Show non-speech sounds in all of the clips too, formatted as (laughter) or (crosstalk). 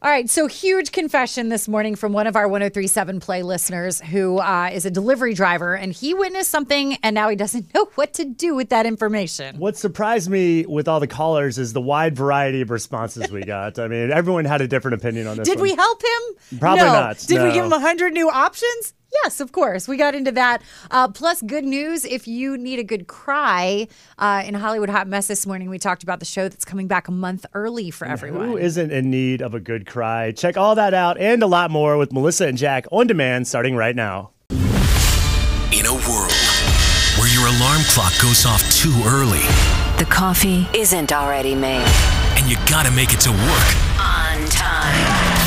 All right, so huge confession this morning from one of our 1037 play listeners who uh, is a delivery driver, and he witnessed something, and now he doesn't (laughs) know what to do with that information. What surprised me with all the callers is the wide variety of (laughs) responses we got. I mean, everyone had a different opinion on this. Did one. we help him? Probably No. not, Did we no. give him 100 new options? Yes, of course. We got into that. Uh, plus, good news if you need a good cry uh, in Hollywood Hot Mess this morning, we talked about the show that's coming back a month early for everyone. Who isn't in need of a good cry? Check all that out and a lot more with Melissa and Jack on demand starting right now. In a world where your alarm clock goes off too early The coffee isn't already made. and you gotta make it to work, On time.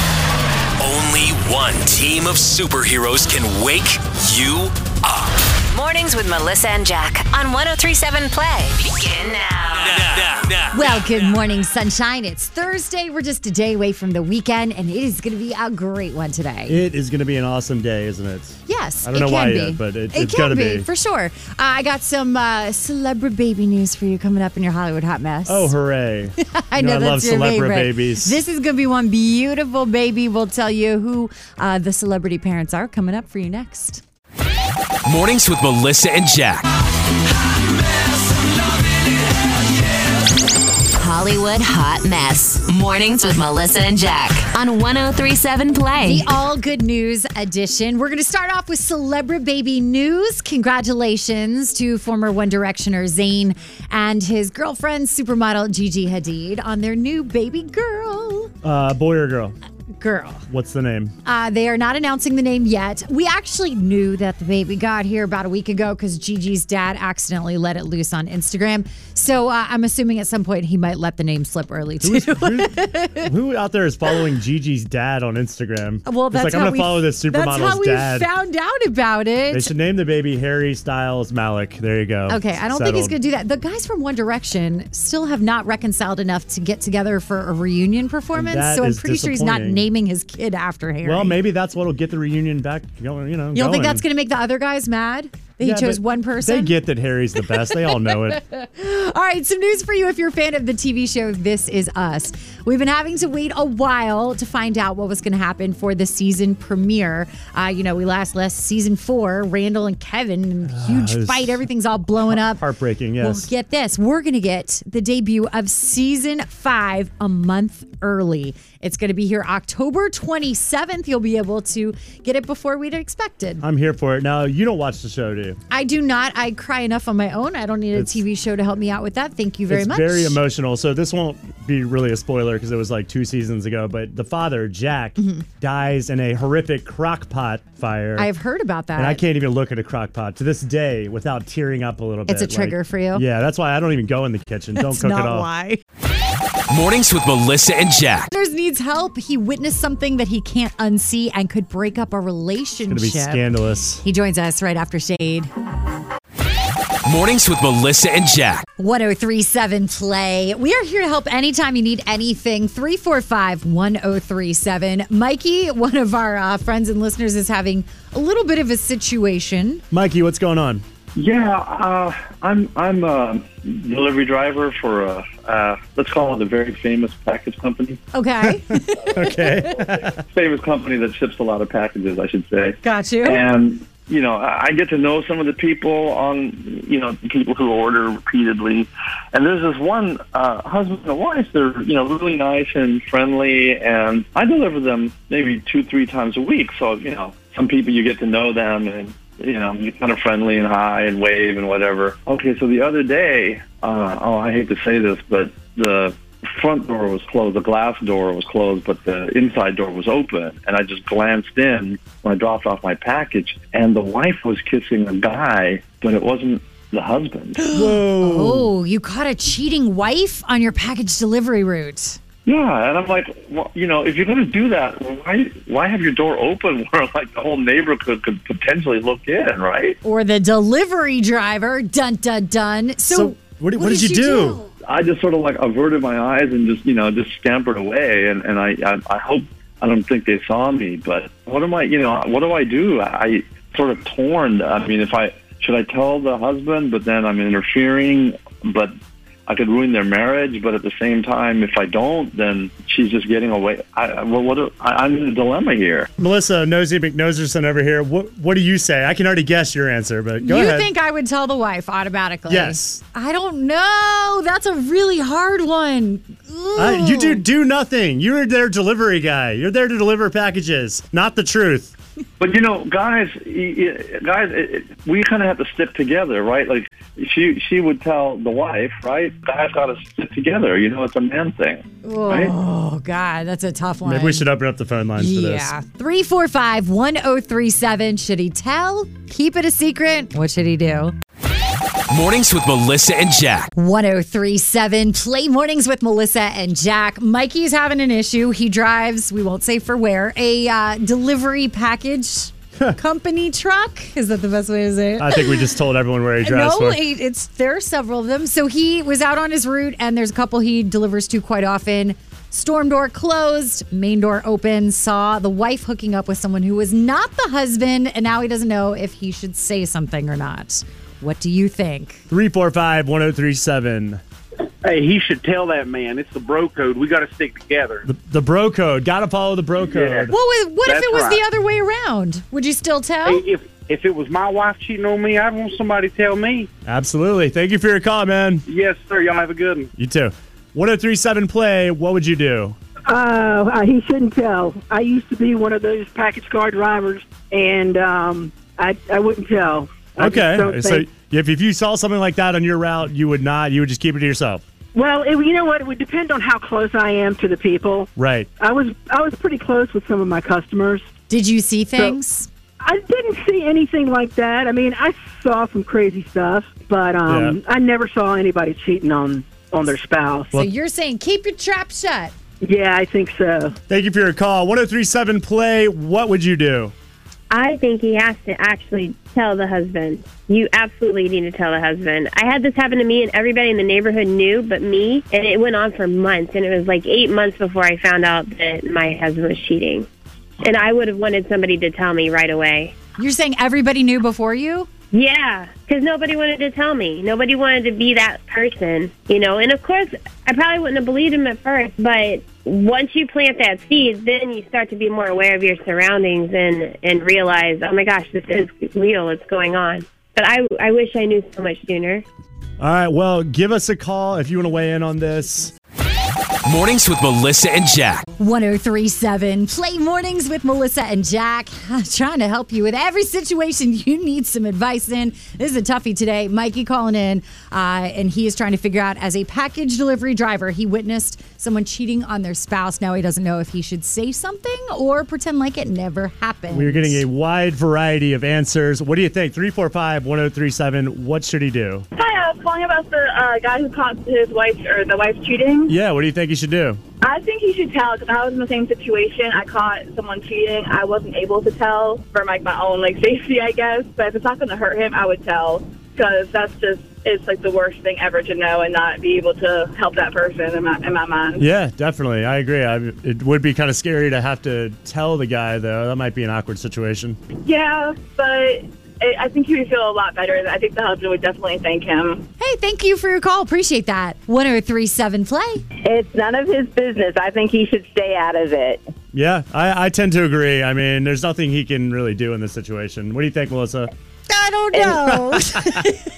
only one team of superheroes can wake you up. Mornings with Melissa and Jack on 1037 Play. Begin now. Now, now, Well, good morning, sunshine. It's Thursday. We're just a day away from the weekend, and it is going to be a great one today. It is going to be an awesome day, isn't it? yes, I don't it know can why be. yet, but it- it it's can gotta be, be. for sure. Uh, I got some uh, celebrity baby news for you coming up in your Hollywood hot mess. (laughs) Oh, hooray. I You know, I love that's your Celebra favorite. babies. This is going to be one beautiful baby. We'll tell you who uh, the celebrity parents are coming up for you next. Mornings with Melissa and Jack. Hollywood Hot Mess. Mornings with Melissa and Jack on 1037 Play. The All Good News edition. We're going to start off with Celebra Baby News. Congratulations to former One Directioner Zayn and his girlfriend, supermodel Gigi Hadid, on their new baby girl. Uh, boy or girl? Girl. What's the name? Uh, they are not announcing the name yet. We actually knew that the baby got here about a week ago because Gigi's dad accidentally let it loose on Instagram. So uh, I'm assuming at some point he might let the name slip early too. (laughs) Who, who out there is following Gigi's dad on Instagram? Well, that's it's like, how I'm going we- to follow this That's how supermodel's we dad. found out about it. they should name the baby Harry Styles Malik. There you go. Okay, I don't think he's going Settled. to do that. The guys from One Direction still have not reconciled enough to get together for a reunion performance, That so I'm is pretty sure he's not disappointing. naming his kid after Harry. Well, maybe that's what'll get the reunion back going. You know, you don't think that's going to make the other guys mad that he chose one person? They get that Harry's the best. They all (laughs) know it. All right, some news for you if you're a fan of the TV show This Is Us. We've been having to wait a while to find out what was going to happen for the season premiere. Uh, you know, we last last season four, Randall and Kevin, huge it was fight, everything's all blowing up. Heartbreaking. Well, Yes. get this. We're going to get the debut of season five a month early. It's going to be here October 27th. You'll be able to get it before we'd expected. I'm here for it. Now you don't watch the show, do you? I do not. I cry enough on my own. I don't need a It's- TV show to help me out with that. Thank you very it's much. very emotional. So this won't be really a spoiler because it was like two seasons ago. But the father, Jack, dies in a horrific crock pot fire. Mm-hmm. I've heard about that. and I can't even look at a crock pot to this day without tearing up a little bit. It's a trigger for you? Yeah, that's why I don't even go in the kitchen. don't That's cook not it all. why. Mornings with Melissa and Jack. Anders needs help. He witnessed something that he can't unsee and could break up a It's gonna be relationship. scandalous. He joins us right after Shade. Mornings with Melissa and Jack. 1037 Play. We are here to help anytime you need anything. 345 1037. Mikey, one of our uh, friends and listeners, is having a little bit of a situation. Mikey, what's going on? Yeah, uh, I'm I'm a delivery driver for a uh, let's call it a very famous package company, Okay. Okay. famous company that ships a lot of packages, I should say. (laughs) Got you. And you know, I I get to know some of the people on you know people who order repeatedly, and there's this one uh, husband and wife. They're you know really nice and friendly, and I deliver them maybe two three times a week. So you know, some people you get to know them and. You know, you're kind of friendly and hi and wave and whatever. Okay, so the other day, uh, oh, I hate to say this, but the front door was closed, the glass door was closed, but the inside door was open. And I just glanced in when I dropped off my package, and the wife was kissing a guy, but it wasn't the husband. Whoa. oh, you caught a cheating wife on your package delivery route. yeah, and I'm like, well, you know, if you're going to do that, why why have your door open (laughs) where like the whole neighborhood could potentially look in, right? Or the delivery driver. Dun, dun, dun. So, So what did- what did you do? I just sort of like averted my eyes and just you know just scampered away, and and I I, I hope I don't think they saw me, but what am I you know what do I do? I sort of torn. I mean, if I should I tell the husband, but then I'm interfering, but I could ruin their marriage, but at the same time, if I don't, then she's just getting away. I, I- well, what do, I, I'm in a dilemma here. Melissa Nosy McNoserson over here. What what do you say? I can already guess your answer, but go you ahead. think I would tell the wife automatically? Yes. I don't know. That's a really hard one. Uh, you do Ooh. do nothing. You're their delivery guy. You're there to deliver packages, not the truth. But you know, guys, y- y- guys, it, it, we kind of have to stick together, right? Like she she would tell the wife, right? Guys got to stick together. You know, it's a man thing, right? Oh God, that's a tough one. Maybe we should open up the phone lines for this. Yeah. 345 1037. oh, Should he tell? Keep it a secret? What should he do? Mornings with Melissa and Jack. 1037 Play Mornings with Melissa and Jack. Mikey's having an issue. He drives, we won't say for where, a uh, delivery package company truck. Is that the best way to say it? I think we just told everyone where he (laughs) drives no, e- it- for. it's there are several of them. So he was out on his route, and there's a couple he delivers to quite often. Storm door closed, main door open. Saw the wife hooking up with someone who was not the husband, and now he doesn't know if he should say something or not. What do you think? 345 1037. Hey, he should tell that man. It's the bro code. We got to stick together. The, the bro code. Gotta follow the bro What code. was, what if That's it was the right. other way around? Would you still tell? Hey, if if it was my wife cheating on me, I'd want somebody to tell me. Absolutely. Thank you for your call, man. Yes, sir. Y'all have a good one. You too. 1037 play. What would you do? Oh, uh, he shouldn't tell. I used to be one of those package car drivers, and um, I I wouldn't tell. I just Okay. don't So think- if, if you saw something like that on your route, you would not, you would just keep it to yourself. well, it, you know what? It would depend on how close I am to the people. Right. I was I was pretty close with some of my customers. Did you see things? I didn't see anything like that. I mean, I saw some crazy stuff, but um, Yeah. I never saw anybody cheating on on their spouse. so you're saying keep your trap shut. yeah, I think so. Thank you for your call. 1037 play. What would you do? I think he has to actually tell the husband. You absolutely need to tell the husband. I had this happen to me, and everybody in the neighborhood knew but me, and it went on for months. And it was like eight months before I found out that my husband was cheating. And I would have wanted somebody to tell me right away. You're saying everybody knew before you? Yeah, because nobody wanted to tell me. Nobody wanted to be that person, you know. And of course, I probably wouldn't have believed him at first, but once you plant that seed, then you start to be more aware of your surroundings and and realize, oh my gosh, this is real. It's going on. But I I wish I knew so much sooner. All right. Well, give us a call if you want to weigh in on this. Mornings with Melissa and Jack. 1037 Play Mornings with Melissa and Jack. (laughs) trying to help you with every situation you need some advice in. This is a toughie today. Mikey calling in, uh, and he is trying to figure out as a package delivery driver, he witnessed someone cheating on their spouse. Now he doesn't know if he should say something or pretend like it never happened. We're getting a wide variety of answers. What do you think? 345 1037. What should he do? Hi, I was calling about the uh, guy who caught his wife or the wife cheating. Yeah. What do you think he should do? I think he should tell because I was in the same situation. I caught someone cheating. I wasn't able to tell for like my own like (laughs) safety, I guess. But if it's not going to hurt him, I would tell because that's just it's like the worst thing ever to know and not be able to help that person in my in my mind. Yeah, definitely. I agree. I, it would be kind of scary to have to tell the guy, though. That might be an awkward situation. Yeah, but. It, I think he would feel a lot better. I think the husband would definitely thank him. Hey, thank you for your call. Appreciate that. 1037 Play. It's none of his business. I think he should stay out of it. Yeah, I, I tend to agree. I mean, there's nothing he can really do in this situation. What do you think, Melissa? I don't know.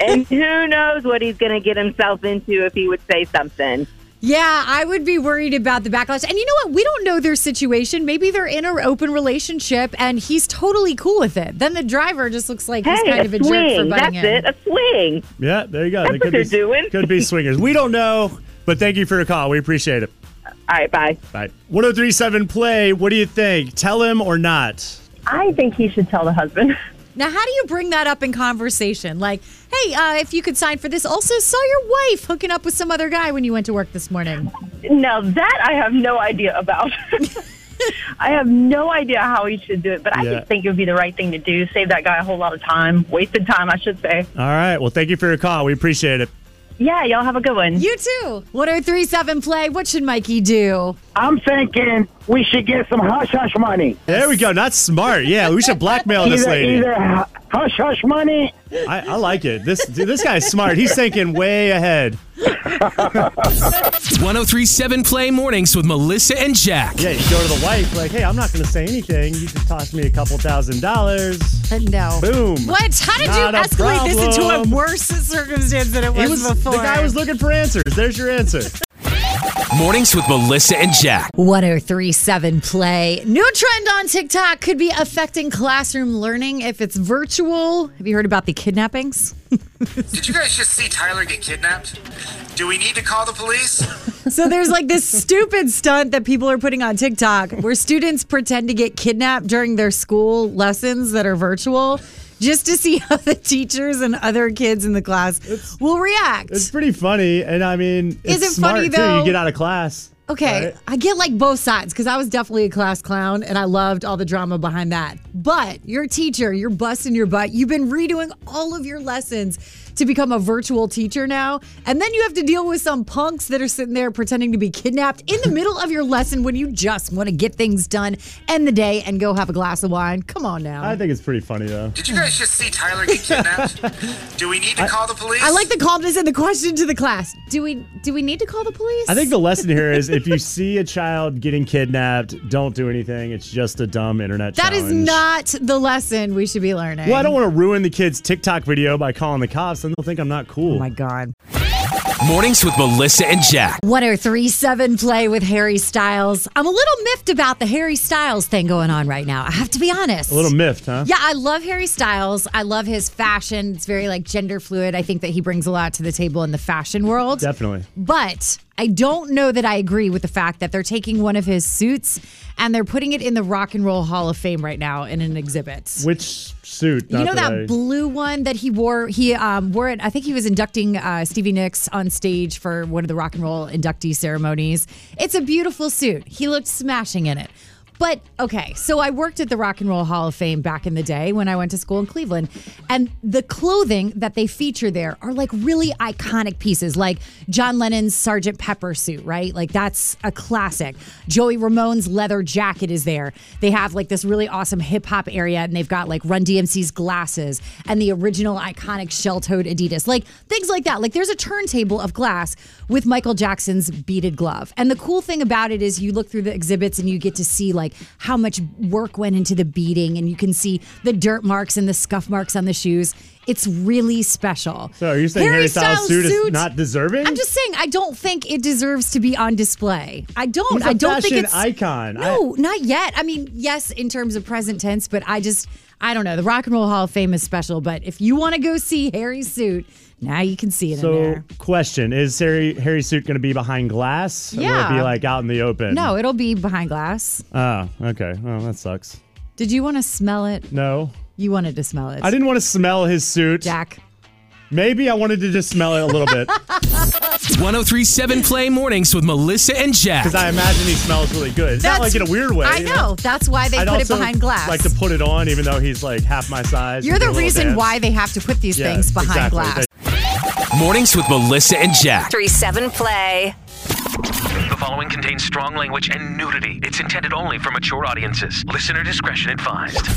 And (laughs) who knows what he's going to get himself into if he would say something. (laughs) Yeah, I would be worried about the backlash. And you know what? We don't know their situation. Maybe they're in an open relationship and he's totally cool with it. Then the driver just looks like he's kind of a jerk for butting in. A swing. Yeah, there you go. That's what they're doing. Could be swingers. We don't know, but thank you for your call. We appreciate it. All right, bye. Bye. 1037 play. What do you think? Tell him or not? I think he should tell the husband. Now, how do you bring that up in conversation? Like, hey, uh, if you could sign for this, also saw your wife hooking up with some other guy when you went to work this morning. (laughs) Now that I have no idea (laughs) about. I have no idea how he should do it, but I Yeah. just think it would be the right thing to do. Save that guy a whole lot of time, wasted time, I should say. All right. Well, thank you for your call. We appreciate it. Yeah, y'all have a good one. You too. 1037 play. What should Mikey do? I'm thinking we should get some hush hush money. There we go. Not smart. Yeah, we should blackmail this lady. either Hush, hush, money. I, I like it. This dude, this guy's smart. He's thinking way ahead. 1037 Play Mornings with Melissa and Jack. Yeah, you go to the wife, like, hey, I'm not going to say anything. You just toss me a couple thousand dollars. No. Boom. What? How did Not you a escalate this into a problem. worse circumstance than it He was, was- before? The guy was looking for answers. There's your answer. Mornings with Melissa and Jack. 1037 play. New trend on TikTok could be affecting classroom learning if it's virtual. Have you heard about the kidnappings? Did you guys just see Tyler get kidnapped? Do we need to call the police? so there's like (laughs) this stupid stunt that people are putting on TikTok where students pretend to get kidnapped during their school lessons that are virtual just to see (laughs) how the teachers and other kids in the class will react. It's pretty funny, and I mean, Is it's it smart funny, too. though? You get out of class. Okay, right? I get like both sides because I was definitely a class clown and I loved all the drama behind that. But you're a teacher, you're busting your butt. You've been redoing all of your lessons to become a virtual teacher now. And then you have to deal with some punks that are sitting there pretending to be kidnapped in the middle of your lesson when you just want to get things done, end the day, and go have a glass of wine. Come on now. I think it's pretty funny though. Did you guys just see Tyler get kidnapped? Do we need to call the police? I like the calmness and the question to the class. Do we do we need to call the police? I think the lesson here is (laughs) if you see a child getting kidnapped, don't do anything. It's just a dumb internet that is challenge. not the lesson we should be learning. Well, I don't want to ruin the kid's TikTok video by calling the cops, and they'll think I'm not cool. Oh my god. Mornings with Melissa and Jack. 1037 play with Harry Styles. I'm a little miffed about the Harry Styles thing going on right now. I have to be honest. A little miffed, huh? Yeah, I love Harry Styles. I love his fashion. It's very like gender fluid. I think that he brings a lot to the table in the fashion world. Definitely. But I don't know that I agree with the fact that they're taking one of his suits and they're putting it in the Rock and Roll Hall of Fame right now in an exhibit. Which suit? You Not know that I- blue one that he wore? He um, wore it. I think he was inducting uh, Stevie Nicks on stage for one of the rock and roll inductee ceremonies. It's a beautiful suit. He looked smashing in it. But okay, so I worked at the Rock and Roll Hall of Fame back in the day when I went to school in Cleveland. And the clothing that they feature there are like really iconic pieces, like John Lennon's Sergeant Pepper suit, right? Like that's a classic. Joey Ramone's leather jacket is there. They have like this really awesome hip hop area and they've got like Run DMC's glasses and the original iconic shell toed Adidas, like things like that. Like there's a turntable of glass with Michael Jackson's beaded glove. And the cool thing about it is you look through the exhibits and you get to see like how much work went into the beading and you can see the dirt marks and the scuff marks on the shoes. It's really special. So are you saying Harry, Styles, suit is suit- not deserving? I'm just saying, I don't think it deserves to be on display. I don't. He's a I don't think fashion it's icon. No, not yet. I mean, yes, in terms of present tense, but I just, I don't know. The Rock and Roll Hall of Fame is special, but if you want to go see Harry's suit, now you can see it in So, there. question is Harry Harry's suit going to be behind glass? Or will it Yeah. be like out in the open? No, it'll be behind glass. Oh, okay. Well, that sucks. Did you want to smell it? No. You wanted to smell it. I didn't want to smell his suit. Jack. Maybe I wanted to just smell it a little bit 1037 Play Mornings with Melissa and Jack. because I imagine he smells really good. It's not That's- like in a weird way. I you know. That's why they I'd put it also behind glass. Like to put it on, even though he's like half my size. You're and do the a little reason dance. why they have to put these Yeah, things behind exactly. glass. Mornings with Melissa and Jack. 1037 Play. The following contains strong language and nudity. It's intended only for mature audiences. Listener discretion advised.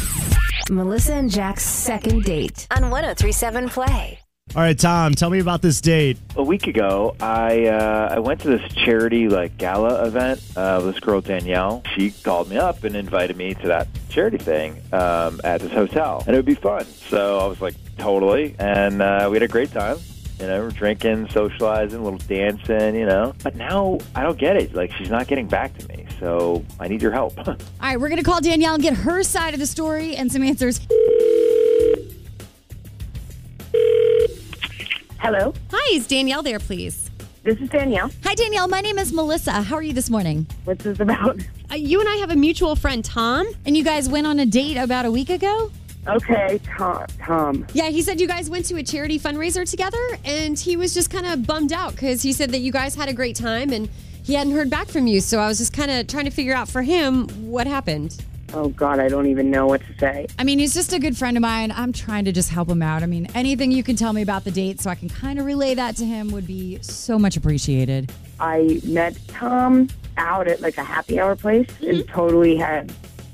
Melissa and Jack's second date on 1037 Play. All right, Tom, tell me about this date. A week ago, I uh, I went to this charity like gala event. Uh, this girl Danielle, she called me up and invited me to that charity thing um, at this hotel, and it would be fun. So I was like, totally, and uh, we had a great time. You know, we're drinking, socializing, a little dancing. You know, but now I don't get it. Like she's not getting back to me, so I need your help. (laughs) All right, we're going to call Danielle and get her side of the story and some answers. Hello. Hi, is Danielle there, please? This is Danielle. Hi, Danielle. My name is Melissa. How are you this morning? What's this about? Uh, you and I have a mutual friend, Tom, and you guys went on a date about a week ago. Okay, Tom. Tom. Yeah, he said you guys went to a charity fundraiser together, and he was just kind of bummed out because he said that you guys had a great time and he hadn't heard back from you. So I was just kind of trying to figure out for him what happened. Oh God, I don't even know what to say. I mean, he's just a good friend of mine. I'm trying to just help him out. I mean, anything you can tell me about the date so I can kind of relay that to him would be so much appreciated. I met Tom out at like a happy hour place and totally had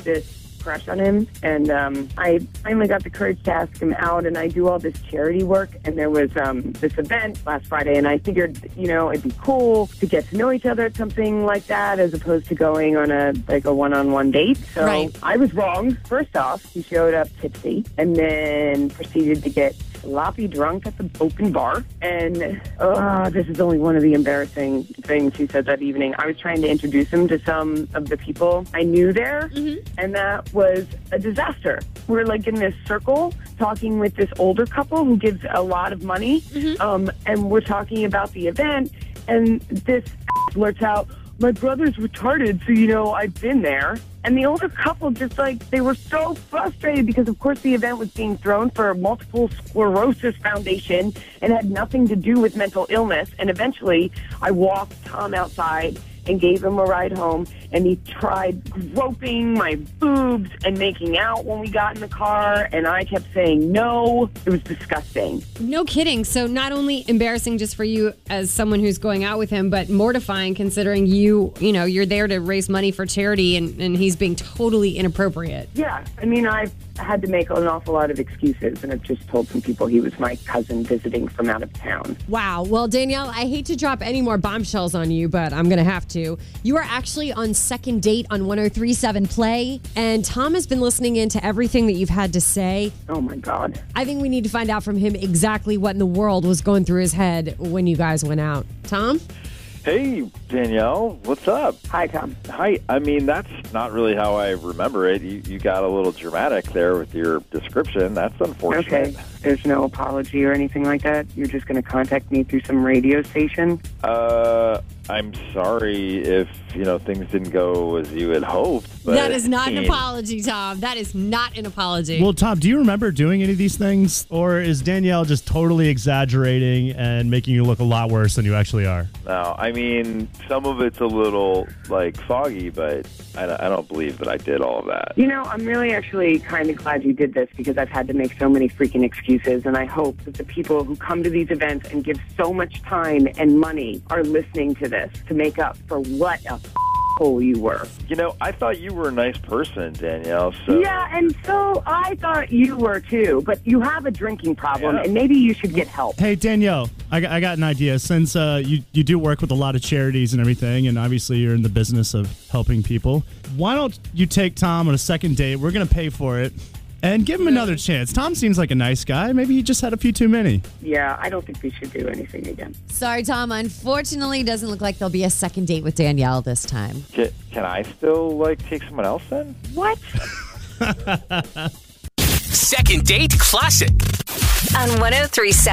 this crush on him, and um, I finally got the courage to ask him out. And I do all this charity work, and there was um, this event last Friday, and I figured, you know, it'd be cool to get to know each other at something like that, as opposed to going on a like a one-on-one date. So Right. I was wrong. First off, he showed up tipsy, and then proceeded to get sloppy drunk at the open bar. And uh, this is only one of the embarrassing things he said that evening. I was trying to introduce him to some of the people I knew there, and that was a disaster. We're like in this circle talking with this older couple who gives a lot of money, um, and we're talking about the event, and this blurts out, my brother's retarded, so you know I've been there. And the older couple just like they were so frustrated because of course the event was being thrown for multiple sclerosis foundation and had nothing to do with mental illness. And eventually I walked Tom outside and gave him a ride home and he tried groping my boobs and making out when we got in the car and I kept saying no. It was disgusting. No kidding. So not only embarrassing just for you as someone who's going out with him, but mortifying considering you, you know, you're there to raise money for charity and, and he's being totally inappropriate. Yeah, I mean, I've had to make an awful lot of excuses, and I've just told some people he was my cousin visiting from out of town. Wow. Well, Danielle, I hate to drop any more bombshells on you, but I'm going to have to. You are actually on second date on 1037 Play, and Tom has been listening in to everything that you've had to say. Oh, my God. I think we need to find out from him exactly what in the world was going through his head when you guys went out. Tom? Hey, Danielle, what's up? Hi, Tom. Hi. I mean, that's not really how I remember it. You, you got a little dramatic there with your description. That's unfortunate. Okay, there's no apology or anything like that. You're just going to contact me through some radio station. Uh, I'm sorry if you know things didn't go as you had hoped. But that is not I an mean, apology, Tom. That is not an apology. Well, Tom, do you remember doing any of these things, or is Danielle just totally exaggerating and making you look a lot worse than you actually are? No, I mean some of it's a little like foggy, but I, don't- I don't believe that I did all of that. You know, I'm really actually kind of glad you did this because I've had to make so many freaking excuses, and I hope that the people who come to these events and give so much time and money are listening to this to make up for what a (laughs) hole you were. You know, I thought you were a nice person, Danielle. So Yeah, and so I thought you were too, but you have a drinking problem, and maybe you should get help. Hey, Danielle, I, got- I got an idea. Since uh, you, you do work with a lot of charities and everything, and obviously you're in the business of helping people, why don't you take Tom on a second date? We're going to pay for it and give him another chance. Tom seems like a nice guy. Maybe he just had a few too many. Yeah, I don't think we should do anything again. Sorry, Tom. Unfortunately, doesn't look like there'll be a second date with Danielle this time. Can, can I still like take someone else then? What? Second date classic. On 1037